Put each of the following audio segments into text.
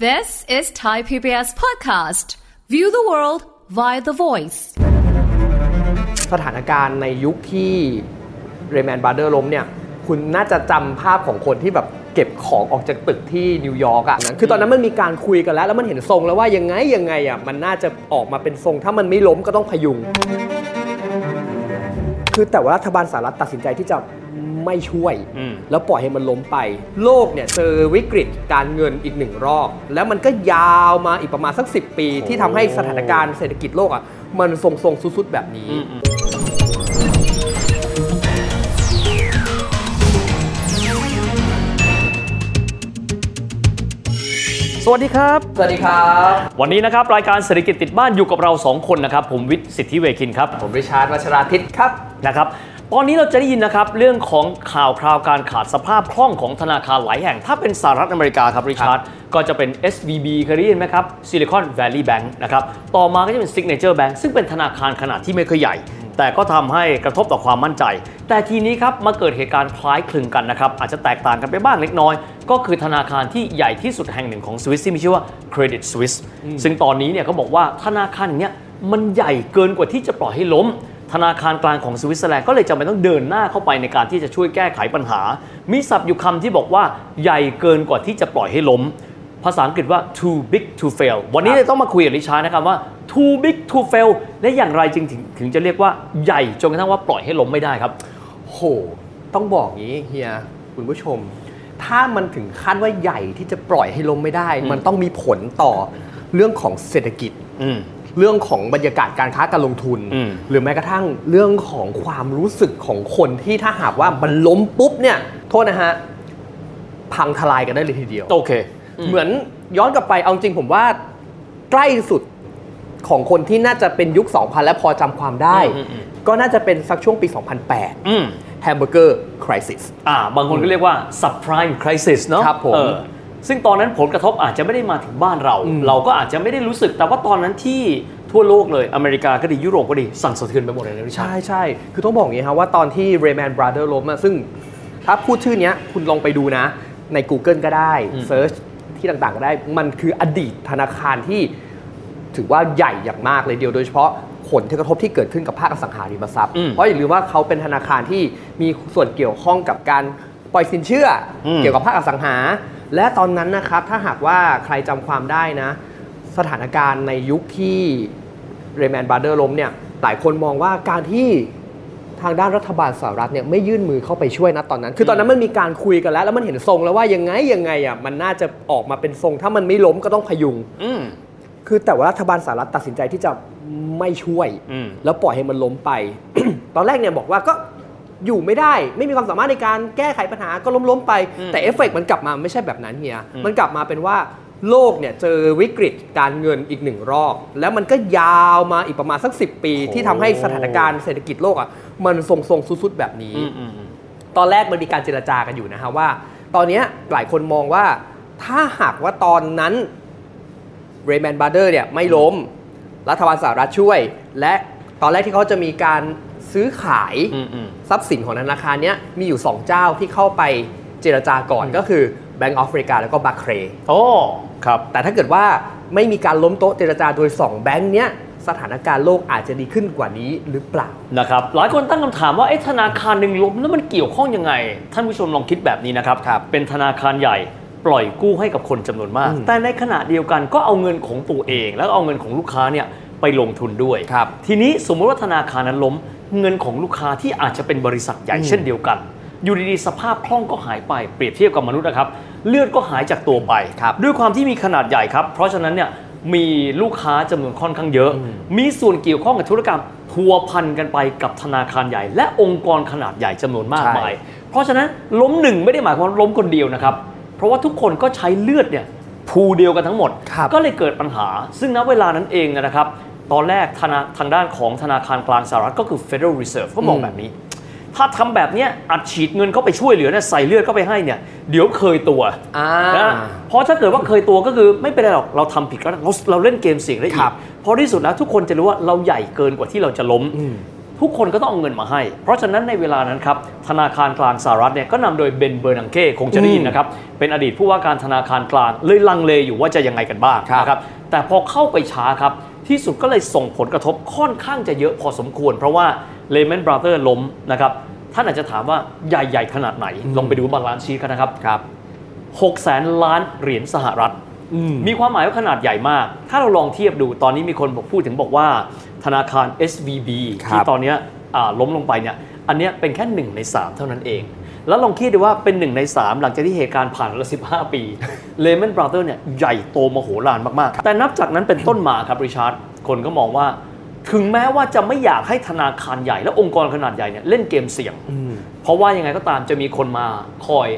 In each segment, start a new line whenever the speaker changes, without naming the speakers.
This is Thai PBS Podcast. View the world via the voice.
สถานการณ์ในยุคที่เรแมนบาร์เดอร์ล้มเนี่ย คุณน่าจะจำภาพของคนที่แบบเก็บของออกจากตึกที่นิวยอร์กอะคือตอนนั้นมันมีการคุยกันแล้ว แล้วมันเห็นทรงแล้วว่ายังไงยังไงอะมันน่าจะออกมาเป็นทรง ถ้ามันไม่ล้มก็ต้องพยุง คือแต่ว่ารัฐบาลสหรัฐตัดสินใจที่จะไม่ช่วย
อืม
แล้วปล่อยให้มันล้มไป โลกเนี่ยเจอวิกฤตการเงินอีกหนึ่งรอบ แล้วมันก็ยาวมาอีกประมาณสัก 10 ปี ที่ทำให้สถานการณ์เศรษฐกิจโลกอ่ะมันทรงทรงๆสุดๆแบบนี้
สวัสดีครับ
สวัสดีครับ
วันนี้นะครับ รายการเศรษฐกิจติดบ้านอยู่กับเรา 2 คนนะครับ ผมวิทย์สิทธิเวคินครับ
ผมริชาร์ดวัชราทิตครับ
นะครับ ตอนนี้เราจะได้ยินนะครับ เรื่องของข่าวคราวการขาดสภาพคล่องของธนาคารหลายแห่ง ถ้าเป็นสหรัฐอเมริกาครับริชาร์ดก็จะเป็น SVB เคยได้ยินไหมครับ Silicon Valley Bank นะครับ ต่อมาก็จะเป็น Signature Bank ซึ่งเป็นธนาคารขนาดที่ไม่เคยใหญ่ แต่ก็ทำให้กระทบต่อความมั่นใจ แต่ทีนี้ครับมาเกิดเหตุการณ์คล้ายคลึงกันนะครับอาจจะแตกต่างกันไปบ้างเล็กน้อย ก็คือธนาคารที่ใหญ่ที่สุดแห่งหนึ่งของสวิสที่มีชื่อว่า Credit Suisse ซึ่งตอนนี้เนี่ยเขาบอกว่าธนาคารอย่างเนี้ยมันใหญ่เกินกว่าที่จะปล่อยให้ล้ม ธนาคารกลางของสวิตเซอร์แลนด์ก็เลยจำเป็นต้องเดินหน้าเข้าไปในการที่จะช่วยแก้ไขปัญหา มีศัพท์อยู่คำที่บอกว่าใหญ่เกินกว่าที่จะปล่อยให้ล้ม ภาษาอังกฤษว่า too big to fail วันนี้เลยต้องมาคุยกับลิชานะครับว่า too big to fail และอย่างไรจึงถึงถึงจะเรียกว่าใหญ่จนกระทั่งว่าปล่อยให้ล้มไม่ได้ครับ
โห ต้องบอกงี้เฮีย คุณผู้ชม ถ้ามันถึงขั้นว่าใหญ่ที่จะปล่อยให้ล้มไม่ได้ มันต้องมีผลต่อเรื่องของเศรษฐกิจ
อืม
เรื่องของบรรยากาศการค้าการลงทุน
อืม
หรือแม้กระทั่งเรื่องของความรู้สึกของคนที่ถ้าหากว่ามันล้มปุ๊บเนี่ย โทษนะฮะ พังทลายกันได้เลยทีเดียว
โอเค
เหมือนย้อนกลับไปเอาจริงผมว่าใกล้สุดของคนที่น่าจะเป็นยุค 2000 และพอจำความได้
อืมอืมอืม
ก็น่าจะเป็นสักช่วงปี
อืม
2008แฮมเบอร์เกอร์คริสิส
อ่า บางคนก็เรียกว่า subprime crisis เนอะ
ครับผม
เออซึ่งตอนนั้นผลกระทบอาจจะไม่ได้มาถึงบ้านเรา
อืม
เราก็อาจจะไม่ได้รู้สึก แต่ว่าตอนนั้นที่ทั่วโลกเลยอเมริกาก็ดียุโรปก็ดีสั่นสะเทือนไปหมดเลยนะริชา
ใช่
ร์ด
ใช่ คือต้องบอกอย่างนี้ครับว่าตอนที่ Rayman Brother ล้มอะซึ่งถ้าพูดชื่อเนี้ย คุณลองไปดูนะ ใน Google ก็ได้
อืม
Search ที่ต่างๆก็ได้ มันคืออดีตธนาคารที่ถือว่าใหญ่อย่างมากเลยเดียว โดยเฉพาะผลที่กระทบที่เกิดขึ้นกับภาคอสังหาริมทรัพย์
อืม
เพราะอย่าลืมว่าเขาเป็นธนาคารที่มีส่วนเกี่ยวข้องกับการปล่อยสินเชื่ออ
ม
เกี่ยวกับภาคอสังหา และตอนนั้นนะครับ ถ้าหากว่าใครจำความได้นะ สถานการณ์ในยุคที่เรแมนบาร์เดอร์ล้มเนี่ย หลายคนมองว่าการที่ทางด้านรัฐบาลสหรัฐเนี่ยไม่ยื่นมือเข้าไปช่วยนะตอนนั้น คือตอนนั้นมันมีการคุยกันแล้ว แล้วมันเห็นทรงแล้วว่ายังไงยังไงอ่ะมันน่าจะออกมาเป็นทรง ถ้ามันไม่ล้มก็ต้องพยุง
อืม
คือแต่ว่ารัฐบาลสหรัฐตัดสินใจที่จะไม่ช่วย
อืม
แล้วปล่อยให้มันล้มไป ตอนแรกเนี่ยบอกว่าก็อยู่ไม่ได้ ไม่มีความสามารถในการแก้ไขปัญหาก็ล้มล้มๆไป
อืม
แต่เอฟเฟกต์มันกลับมาไม่ใช่แบบนั้นเฮีย
อืม
มันกลับมาเป็นว่าโลกเนี่ยเจอวิกฤตการเงินอีกหนึ่งรอบ แล้วมันก็ยาวมาอีกประมาณสัก 10 ปี ที่ทำให้สถานการณ์เศรษฐกิจโลกอ่ะมันทรงทรงๆสุดๆแบบนี้
อืมอืมอืม
ตอนแรกมันมีการเจรจากันอยู่นะฮะว่า ตอนเนี้ยหลายคนมองว่าถ้าหากว่าตอนนั้น Rayman Brother เนี่ยไม่ล้ม รัฐบาลสหรัฐช่วย และตอนแรกที่เขาจะมีการซื้อขาย
อืมอืม
ทรัพย์สินของธนาคารเนี้ยมีอยู่ 2 เจ้าที่เข้าไปเจรจาก่อนก็คือ Bank of America แล้วก็ Barclays
โอ้ครับ
แต่ถ้าเกิดว่าไม่มีการล้มโต๊ะเจรจาโดย 2 แบงค์เนี้ยสถานการณ์โลกอาจจะดีขึ้นกว่านี้หรือเปล่า
นะครับหลายคนตั้งคำถามว่าเอ๊ะธนาคารหนึ่งล้มแล้วมันเกี่ยวข้องยังไง ท่านผู้ชมลองคิดแบบนี้นะครับ
ครับ
เป็นธนาคารใหญ่ปล่อยกู้ให้กับคนจำนวนมาก
อืม
แต่ในขณะเดียวกันก็เอาเงินของตัวเอง แล้วก็เอาเงินของลูกค้าเนี่ยไปลงทุนด้วย
ครับ
ทีนี้สมมติว่าธนาคารนั้นล้มเงินของลูกค้าที่อาจจะเป็นบริษัทใหญ่เช่นเดียวกัน อยู่ดีๆ สภาพคล่องก็หายไปเปรียบเทียบกับมนุษย์นะครับ เลือดก็หายจากตัวไป
ครับ
ด้วยความที่มีขนาดใหญ่ครับ เพราะฉะนั้นเนี่ยมีลูกค้าจำนวนค่อนข้างเยอะ
อืม
มีส่วนเกี่ยวข้องกับธุรกรรมทัวพันกันไปกับธนาคารใหญ่ และองค์กรขนาดใหญ่จำนวนมากมาย เพราะฉะนั้นล้มหนึ่งไม่ได้หมายความว่าล้มคนเดียวนะครับ เพราะว่าทุกคนก็ใช้เลือดเนี่ยพูลเดียวกันทั้งหมด
ครับ
ก็เลยเกิดปัญหา ซึ่งณเวลานั้นเองนะครับ ตอนแรกธนาทางด้านของธนาคารกลางสหรัฐก็คือ Federal Reserve ก็มองแบบนี้ ถ้าทำแบบเนี้ยอัดฉีดเงินเข้าไปช่วยเหลือเนี่ยใส่เลือดเข้าไปให้เนี่ยเดี๋ยวเคยตัว
อ่า
นะเพราะถ้าเกิดว่าเคยตัวก็คือไม่เป็นไรหรอกเราทำผิดก็ได้เราเราเล่นเกมเสี่ยงได้อี
ครั
ก
บ
เพราะที่สุดแล้วทุกคนจะรู้ว่าเราใหญ่เกินกว่าที่เราจะล้ม
อืม
ทุกคนก็ต้องเอาเงินมาให้ เพราะฉะนั้นในเวลานั้นครับธนาคารกลางสหรัฐเนี่ยก็นำโดยเบนเบอร์นังเก้คงจะได้ยินนะครับเป็นอดีตผู้ว่าการธนาคารกลางเลยลังเลอยู่ว่าจะยังไงกันบ้าง
ครับ
นะครับ แต่พอเข้าไปช้าครับ ที่สุดก็เลยส่งผลกระทบค่อนข้างจะเยอะพอสมควร เพราะว่า Lehman Brothers ล้มนะครับ ท่านอาจจะถามว่าใหญ่ ๆ ขนาดไหน ลองไปดูบาลานซ์ชีกันนะครับ
ครับ
6 แสนล้านเหรียญสหรัฐ
อืม
มีความหมายว่าขนาดใหญ่มาก ถ้าเราลองเทียบดูตอนนี้มีคนบอกพูดถึงบอกว่า ธนาคาร SVB
ครับ
ที่ตอนเนี้ยอ่าล้มลงไปเนี่ยอันเนี้ยเป็นแค่ 1 ใน 3 เท่านั้นเอง แล้วลองคิดดูว่าเป็น 1 ใน 3 หลังจากที่เหตุการณ์ผ่านมาแล้ว15 ปี Lehman Brothers เนี่ยใหญ่โตมโหฬารมาก ๆ แต่นับจากนั้นเป็นต้นมาครับริชาร์ดคนก็มองว่า ถึงแม้ว่าจะไม่อยากให้ธนาคารใหญ่และองค์กรขนาดใหญ่เนี่ยเล่นเกมเสี่ยง
อืม
เพราะว่ายังไงก็ตามจะมีคนมาคอย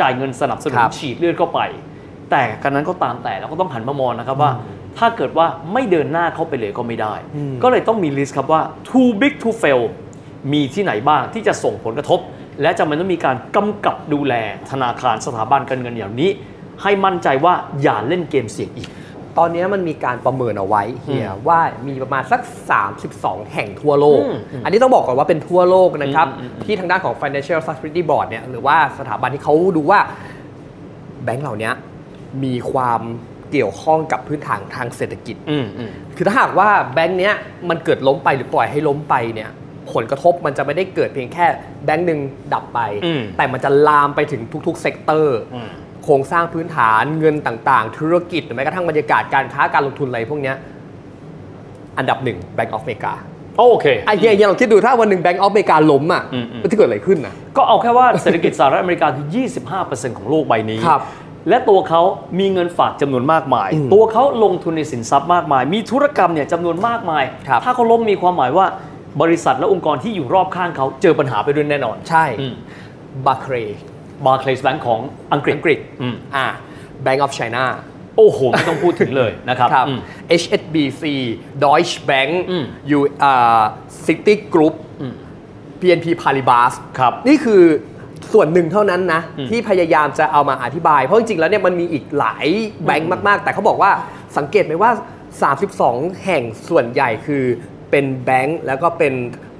จ่ายเงินสนับสนุ
คน รับ
ฉีดเลือดเข้าไป แต่กันนั้นก็ตามแต่เราก็ต้องหันมามองนะครับว่า ถ้าเกิดว่าไม่เดินหน้าเข้าไปเลยก็ไม่ได้
อืม
ก็เลยต้องมีลิสต์ครับว่า too big to fail มีที่ไหนบ้างที่จะส่งผลกระทบ และจำเป็นต้องมีการกำกับดูแลธนาคารสถาบันการเงินอย่างนี้ ให้มั่นใจว่าอย่าเล่นเกมเสี่ยงอีก
ตอนนี้มันมีการประเมินเอาไว้เฮีย
อืม
ว่ามีประมาณสัก 32 แห่งทั่วโลก
อืมอืม
อันนี้ต้องบอกก่อนว่าเป็นทั่วโลกนะครับ
อืมอืมอืม
ที่ทางด้านของ Financial Stability Board เนี่ยหรือว่าสถาบันที่เขาดูว่า แบงก์เหล่านี้มีความเกี่ยวข้องกับพื้นฐานทางเศรษฐกิจ คือถ้าหากว่าแบงก์เนี้ยมันเกิดล้มไปหรือปล่อยให้ล้มไปเนี่ยผลกระทบมันจะไม่ได้เกิดเพียงแค่แบงก์หนึ่งดับไป
อืม
แต่มันจะลามไปถึงทุกๆเซกเตอร์
อืม
โครงสร้างพื้นฐานเงินต่าง ๆ ธุรกิจหรือแม้กระทั่งบรรยากาศการค้าการลงทุนอะไรพวกเนี้ยอันดับหนึ่งแบงก์ออฟเมกา
โอเค
ไอ้เฮียเฮียลองคิดดูถ้าวันหนึ่งแบงก์ออฟเมกาล้มอ่ะ
อืมอืม
มันจะเกิดอะไรขึ้นนะ
ก็เอาแค่ว่าเศรษฐกิจสหรัฐอเมริกาคือ 25%ของโลกใบนี้
ครับ
และตัวเขามีเงินฝากจำนวนมากมาย
อืม
ตัวเขาลงทุนในสินทรัพย์มากมาย มีธุรกรรมเนี่ยจำนวนมากมาย
ครับ
ถ้าเขาล้มมีความหมายว่าบริษัทและองค์กรที่อยู่รอบข้างเขาเจอปัญหาไปด้วยแน่นอน
ใช่ บาเคร
บาร์เคลส์แบงของอังกฤษ
อังกฤษ
อืม
อ่าแบงก์ออฟไชน่า
โอ้โห ไม่ต้องพูดถึงเลยนะครับ
ครับ
อืม
HSBC Deutsche Bank
อืม
ยูอ่า City Group
อืม
PNP Paribas
ครับ
นี่คือส่วนหนึ่งเท่านั้นนะ
อืม
ที่พยายามจะเอามาอธิบาย เพราะจริงๆแล้วเนี่ยมันมีอีกหลายแบงค์มาก ๆ แต่เขาบอกว่าสังเกตไหมว่า 32 แห่งส่วนใหญ่คือเป็นแบงค์แล้วก็เป็น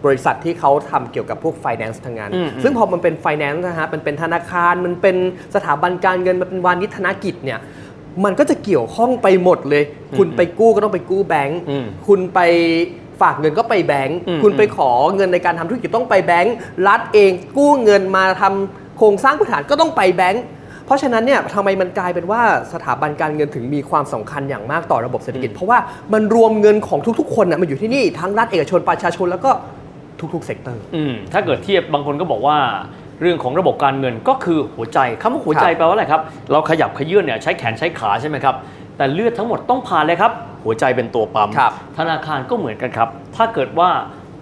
บริษัทที่เขาทำเกี่ยวกับพวก finance ทั้งนั้น
อืมอืม
ซึ่งพอมันเป็น finance นะฮะมันเป็นธนาคาร มันเป็นสถาบันการเงิน มันเป็นวานิชธนกิจเนี่ย มันก็จะเกี่ยวข้องไปหมดเลย คุณไปกู้ก็ต้องไปกู้แบงค์
อืม
คุณไปฝากเงินก็ไปแบงค์
อืม
คุณไป ขอเงินในการทำธุรกิจต้องไปแบงก์รัฐเองกู้เงินมาทำโครงสร้างพื้นฐานก็ต้องไปแบงก์เพราะฉะนั้นเนี่ยทำไมมันกลายเป็นว่าสถาบันการเงินถึงมีความสำคัญอย่างมากต่อระบบเศรษฐกิจ เพราะว่ามันรวมเงินของทุกๆคนน่ะมาอยู่ที่นี่ทั้งรัฐเอกชนประชาชนแล้วก็ทุกๆเซกเตอร์
อืมถ้าเกิดเทียบบางคนก็บอกว่า เรื่องของระบบการเงินก็คือหัวใจคำว่าหัวใจ
ครับ
แปลว่าอะไรครับ เราขยับขยื่นเนี่ยใช้แขนใช้ขาใช่ไหมครับ แต่เลือดทั้งหมดต้องผ่านเลยครับ หัวใจเป็นตัวปั๊ม
ครับ
ธนาคารก็เหมือนกันครับ ถ้าเกิดว่า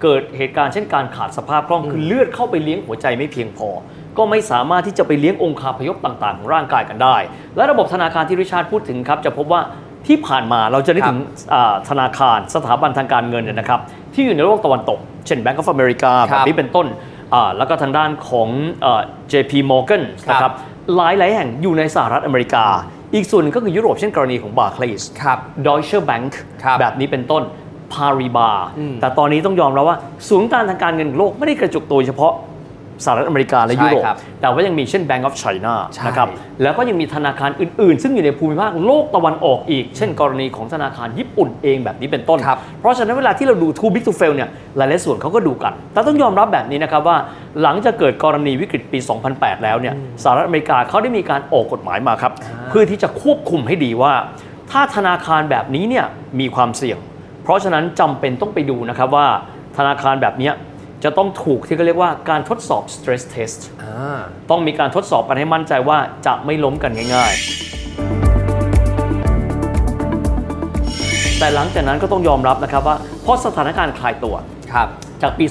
เกิดเหตุการณ์เช่นการขาดสภาพคล่องคือเลือดเข้าไปเลี้ยงหัวใจไม่เพียงพอ ก็ไม่สามารถที่จะไปเลี้ยงองคาพยพต่างๆของร่างกายกันได้ และระบบธนาคารที่ริชาร์ดพูดถึงครับ จะพบว่าที่ผ่านมาเราจะนึกถึงอ่าธนาคารสถาบันทางการเงินเนี่ยนะครับ ที่อยู่ในโลกตะวันตก เช่น Bank of America
ค
แบ
รั
บบ นี้เป็นต้นอ่าแล้วก็ทางด้านของอ่า JP Morgan นะครับหลายหลายๆแห่งอยู่ในสหรัฐอเมริกา อีกส่วนหนึ่งก็คือยุโรปเช่นกรณีของ Barclays
ครับ
Deutsche Bank
ครับ
แบบนี้เป็นต้น p a r i b a
อืม
แต่ตอนนี้ต้องยอมรับว่าศูนย์กลางทางการเงินของโลกไม่ได้กระจุกตัวเฉพาะสหรัฐอเมริกาและ
ใช่
ยุโรป
ครับ
แต่ว่ายังมีเช่น Bank of China
ใช่
นะครับแล้วก็ยังมีธนาคารอื่น ๆ ซึ่งอยู่ในภูมิภาคโลกตะวันออกอีก เช่นกรณีของธนาคารญี่ปุ่นเองแบบนี้เป็นต้น
ครับ
เพราะฉะนั้นเวลาที่เราดู too big to fail เนี่ยหลายๆส่วนเขาก็ดูกัน แต่ต้องยอมรับแบบนี้นะครับว่าหลังจากเกิดกรณีวิกฤตปี 2008 แล้วเนี่ยสหรัฐอเมริกาเขาได้มีการออกกฎหมายมาครับ เพื่อที่จะควบคุมให้ดีว่า ถ้าธนาคารแบบนี้เนี่ยมีความเสี่ยง เพราะฉะนั้นจำเป็นต้องไปดูนะครับว่าธนาคารแบบเนี้ยจะต้องถูกที่เขาเรียกว่าการทดสอบ stress test ต้องมีการทดสอบกันให้มั่นใจว่าจะไม่ล้มกันง่าย ๆ แต่หลังจากนั้นก็ต้องยอมรับนะครับว่าเพราะสถานการณ์คลายตัว
ครับ
จากปี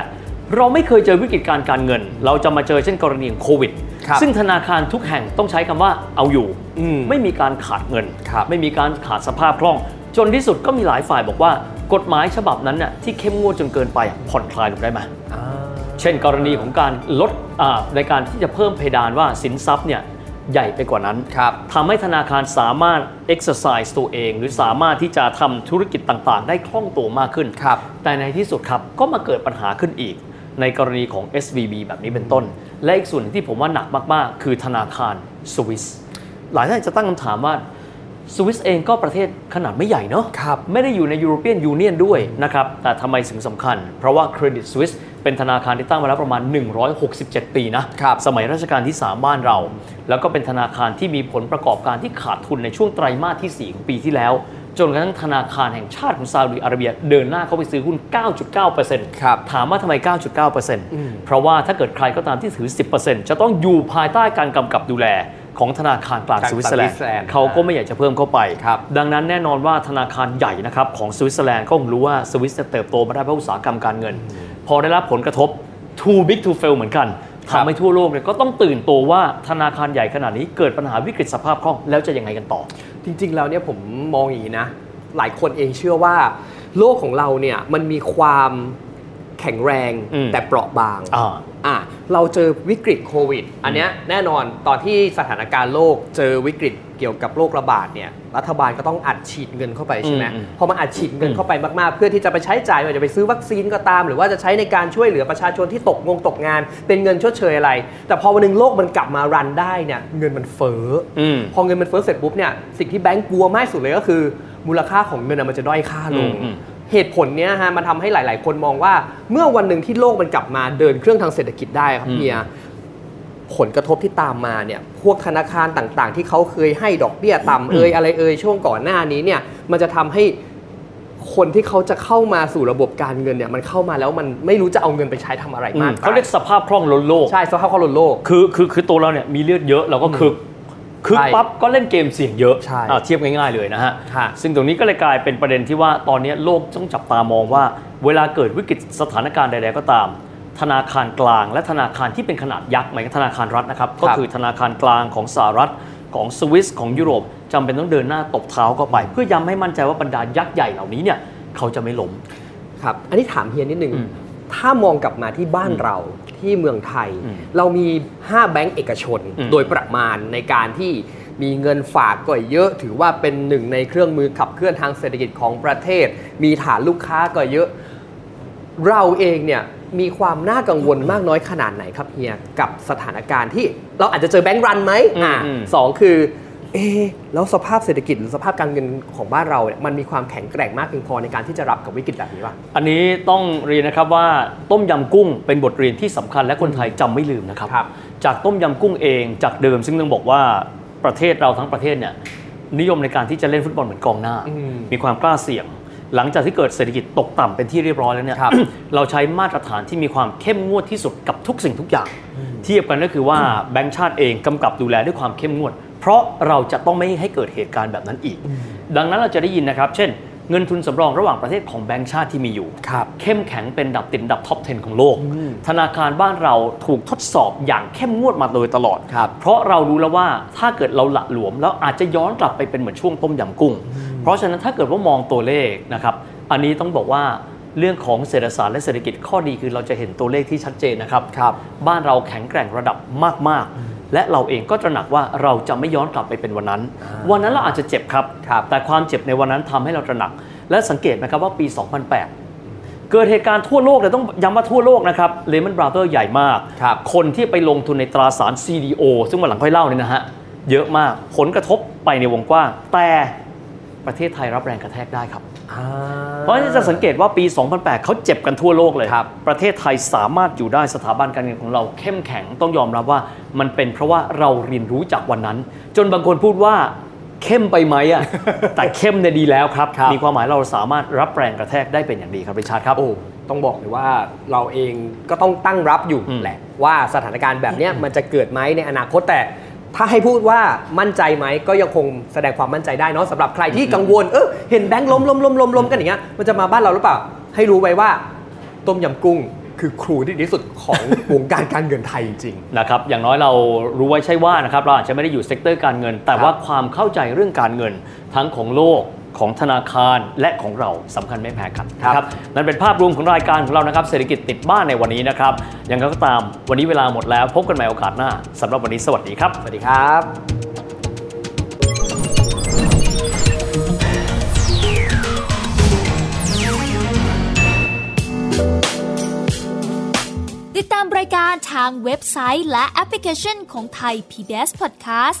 2008 เราไม่เคยเจอวิกฤตการการเงิน เราจะมาเจอเช่นกรณีของโควิด
ครับ
ซึ่งธนาคารทุกแห่งต้องใช้คำว่าเอาอยู่
อืม
ไม่มีการขาดเงิน
ครับ
ไม่มีการขาดสภาพคล่อง จนที่สุดก็มีหลายฝ่ายบอกว่ากฎหมายฉบับนั้นน่ะที่เข้มงวดจนเกินไปอ่ะผ่อนคลายลงได้ไหม เช่นกรณีของการลดอ่าในการที่จะเพิ่มเพดานว่าสินทรัพย์เนี่ย ใหญ่ไปกว่านั้น
ครับ
ทำให้ธนาคารสามารถ exercise ตัวเอง หรือสามารถที่จะทำธุรกิจต่างๆ ได้คล่องตัวมากขึ้น
ครับ
แต่ในที่สุดครับ ก็มาเกิดปัญหาขึ้นอีก ในกรณีของ SVB แบบนี้เป็นต้น และอีกส่วนที่ผมว่าหนักมาก ๆ คือธนาคารสวิสหลายท่านอาจจะตั้งคำถามว่า สวิสเองก็ประเทศขนาดไม่ใหญ่เนอะ
ครับ
ไม่ได้อยู่ในยูโรเปียนยูเนียนด้วยนะครับ แต่ทำไมถึงสำคัญ เพราะว่าเครดิตสวิสเป็นธนาคารที่ตั้งมาแล้วประมาณ 167 ปีนะครับ สมัยรัชกาลที่ 3 บ้านเรา แล้วก็เป็นธนาคารที่มีผลประกอบการที่ขาดทุนในช่วงไตรมาสที่ 4 ของปีที่แล้ว จนกระทั่งธนาคารแห่งชาติของซาอุดิอาระเบียเดินหน้าเข้าไปซื้อหุ้น 9.9%
ครับ
ถามว่าทำไม 9.9%เพราะว่าถ้าเกิดใครก็ตามที่ถือ 10%จะต้องอยู่ภายใต้การกำกับดูแลของธนาคารกลาง
กลาง
สวิตเซอร์แล
ส
น
วิต
ด์
เซอร์แลนด์
เขาก็ไม่อยากจะเพิ่มเข้าไป
ครับ
ดังนั้นแน่นอนว่าธนาคารใหญ่นะครับของสวิตเซอร์แลนด์ก็คงรู้ว่าสวิสจะเติบโตมาได้เพราะอุตสาหกรรมการเงิน พอได้รับผลกระทบ too big to fail เหมือนกัน
ครับ
ทำให้ทั่วโลกเนี่ยก็ต้องตื่นตัวว่าธนาคารใหญ่ขนาดนี้เกิดปัญหาวิกฤตสภาพคล่องแล้วจะยังไงกันต่อ
จริงๆ แล้วเนี่ยผมมองอย่างนี้นะ หลายคนเองเชื่อว่า โลกของเราเนี่ยมันมีความแข็งแรง
อืม
แต่เปราะบาง
อ่า
อ่ะเราเจอวิกฤตโควิด อันเนี้ยแน่นอนตอนที่สถานการณ์โลกเจอวิกฤตเกี่ยวกับโรคระบาดเนี่ยรัฐบาลก็ต้องอัดฉีดเงินเข้าไปใช่ไหม
อืมอืม
พอมันอัดฉีดเงินเข้าไปมากๆ เพื่อที่จะไปใช้จ่ายไม่ว่าจะไปซื้อวัคซีนก็ตาม หรือว่าจะใช้ในการช่วยเหลือประชาชนที่ตกงงตกงาน เป็นเงินชดเชยอะไร แต่พอวันหนึงโลกมันกลับมารันได้เนี่ยเงินมันเฟ้ออ
อืม
พอเงินมันเฟ้อเสร็จปุ๊บเนี่ยสิ่งที่แบงก์กลัวมากที่สุดเลยก็คือ มูลค่าของเงินอะมันจะด้อยค่าลง
อืมอืม
เหตุผลเนี้ยฮะมันทำให้หลาย ๆ คนมองว่า เมื่อวันหนึ่งที่โลกมันกลับมาเดินเครื่องทางเศรษฐกิจได้ครับเฮียผลกระทบที่ตามมาเนี่ยพวกธนาคารต่างๆ ที่เขาเคยให้ดอกเบี้ยต่ำเอ่ยอะไรเอ่ยช่วงก่อนหน้านี้เนี่ยมันจะทำให้คนที่เขาจะเข้ามาสู่ระบบการเงินเนี่ยมันเข้ามาแล้วมันไม่รู้จะเอาเงินไปใช้ทำอะไร
อื
มาม ก
เขาเรียกสภาพคล่องล้นโลก
ใช่สภาพคล่องโลก
คือคือคือตัวเราเนี่ยมีเลือดเยอะเราก็คึกคึก
ใช่
ปั๊บก็เล่นเกมเสี่ยงเยอะ
ใช่
อ่ะเทียบง่ายๆเลยนะฮะ
ค่ะ
ซึ่งตรงนี้ก็เลยกลายเป็นประเด็นที่ว่าตอนนี้โลกต้องจับตามองว่า เวลาเกิดวิกฤตสถานการณ์ใดๆก็ตาม ธนาคารกลางและธนาคารที่เป็นขนาดยักษ์หมายถึงธนาคารรัฐนะครับก็คือธนาคารกลางของสหรัฐของสวิสของยุโรปจำเป็นต้องเดินหน้าตบเท้าเข้าไป เพื่อย้ำให้มั่นใจว่าบรรดายักษ์ใหญ่เหล่านี้เนี่ยเขาจะไม่ล้ม
ครับ อันนี้ถามเฮียนิดนึง
อืม
ถ้ามองกลับมาที่บ้านเราที่เมืองไทย
อืม
เรามี 5 แบงก์เอกชน
อืม
โดยประมาณในการที่มีเงินฝากก็เยอะ ถือว่าเป็นหนึ่งในเครื่องมือขับเคลื่อนทางเศรษฐกิจของประเทศ มีฐานลูกค้าก็เยอะ เราเองเนี่ยมีความน่ากังวลมากน้อยขนาดไหนครับเฮียกับสถานการณ์ที่เราอาจจะเจอแบงก์รันไหม
อืม
อ่า
อืม
สองคือ เอะแล้วสภาพเศรษฐกิจหรือสภาพการเงินของบ้านเราเนี่ยมันมีความแข็งแกร่งมากเพียงพอในการที่จะรับกับวิกฤตแบบนี้ป่ะ
อันนี้ต้องเรียนนะครับว่าต้มยำกุ้งเป็นบทเรียนที่สำคัญและคนไทยจำไม่ลืมนะครับ
ครับ
จากต้มยำกุ้งเองจากเดิมซึ่งต้องบอกว่าประเทศเราทั้งประเทศเนี่ยนิยมในการที่จะเล่นฟุตบอลเหมือนกองหน้า
อืม
มีความกล้าเสี่ยง หลังจากที่เกิดเศรษฐกิจตกต่ำเป็นที่เรียบร้อยแล้วเนี่ย
ครับ
เราใช้มาตรฐานที่มีความเข้มงวดที่สุดกับทุกสิ่งทุกอย่าง เทียบกันก็คือว่าแบงก์ชาติเองกำกับดูแลด้วยความเข้มงวด เพราะเราจะต้องไม่ให้เกิดเหตุการณ์แบบนั้นอีก ดังนั้นเราจะได้ยินนะครับ เช่น เงินทุนสำรองระหว่างประเทศของแบงก์ชาติที่มีอยู่
ครับ
เข้มแข็งเป็นอันดับติดอันดับท็อป 10 ของโลก
อืม
ธนาคารบ้านเราถูกทดสอบอย่างเข้มงวดมาโดยตลอด
ครับ
เพราะเรารู้แล้วว่าถ้าเกิดเราหละหลวม แล้วอาจจะย้อนกลับไปเป็นเหมือนช่วงต้มยำกุ้ง เพราะฉะนั้นถ้าเกิดว่ามองตัวเลขนะครับ อันนี้ต้องบอกว่าเรื่องของเศรษฐศาสตร์และเศรษฐกิจข้อดีคือเราจะเห็นตัวเลขที่ชัดเจนนะครับ
ครับ
บ้านเราแข็งแกร่งระดับมาก ๆ และเราเองก็ตระหนักว่าเราจะไม่ย้อนกลับไปเป็นวันนั้น วันนั้นเราอาจจะเจ็บครับ
ครับ
แต่ความเจ็บในวันนั้นทำให้เราตระหนัก และสังเกตไหมครับว่าปี 2008 เกิดเหตุการณ์ทั่วโลกเลยต้องย้ำว่าทั่วโลกนะครับเลมอนบราเ e อร์ใหญ่มาก
ครับ
คนที่ไปลงทุนในตราสาร CDO ซึ่งวันหลังค่อยเล่าเนี่ยนะฮะ เยอะมากผลกระทบไปในวงกว้าง แต่ประเทศไทยรับแรงกระแทกได้ครับ เพราะฉะนั้นจะสังเกตว่าปี 2008 เขาเจ็บกันทั่วโลกเลย
ครับ
ประเทศไทยสามารถอยู่ได้สถาบันการเงินของเราเข้มแข็งต้องยอมรับว่ามันเป็นเพราะว่าเราเรียนรู้จากวันนั้น จนบางคนพูดว่าเข้มไปไหมอ่ะ แต่เข้มเนี่ยดีแล้วครับ
ครับ
มีความหมายเราสามารถรับแรงกระแทกได้เป็นอย่างดีครับริชาร์ดครับ
โอ้ต้องบอกเลยว่าเราเองก็ต้องตั้งรับอยู่
อืม
แหละ ว่าสถานการณ์แบบเนี้ยมันจะเกิดไหมในอนาคตแต่ถ้าให้พูดว่ามั่นใจไหมก็ยังคงแสดงความมั่นใจได้เนาะสำหรับใครที่กังวลเออเห็นแบงค์ล้มล้มล้มล้มล้มกันอย่างเงี้ยมันจะมาบ้านเราหรือเปล่า ให้รู้ไว้ว่าต้มยำกุ้งคือครูที่ดีที่สุดของ วงการการเงินไทยจริง
นะครับอย่างน้อยเรารู้ไว้ใช่ว่านะครับเราอาจจะไม่ได้อยู่เซกเตอร์การเงิน แต่ว่าความเข้าใจเรื่องการเงินทั้งของโลก ของธนาคารและของเราสำคัญไม่แพ้กัน
ครับ
นะครับนั่นเป็นภาพรวมของรายการของเรานะครับเศรษฐกิจติดบ้านในวันนี้นะครับยังไงก็ตามวันนี้เวลาหมดแล้ว พบกันใหม่โอกาสหน้าสำหรับวันนี้สวัสดีครับ
สวัสดีครับ
ติดตามรายการทางเว็บไซต์และแอปพลิเคชันของไทย PBS Podcast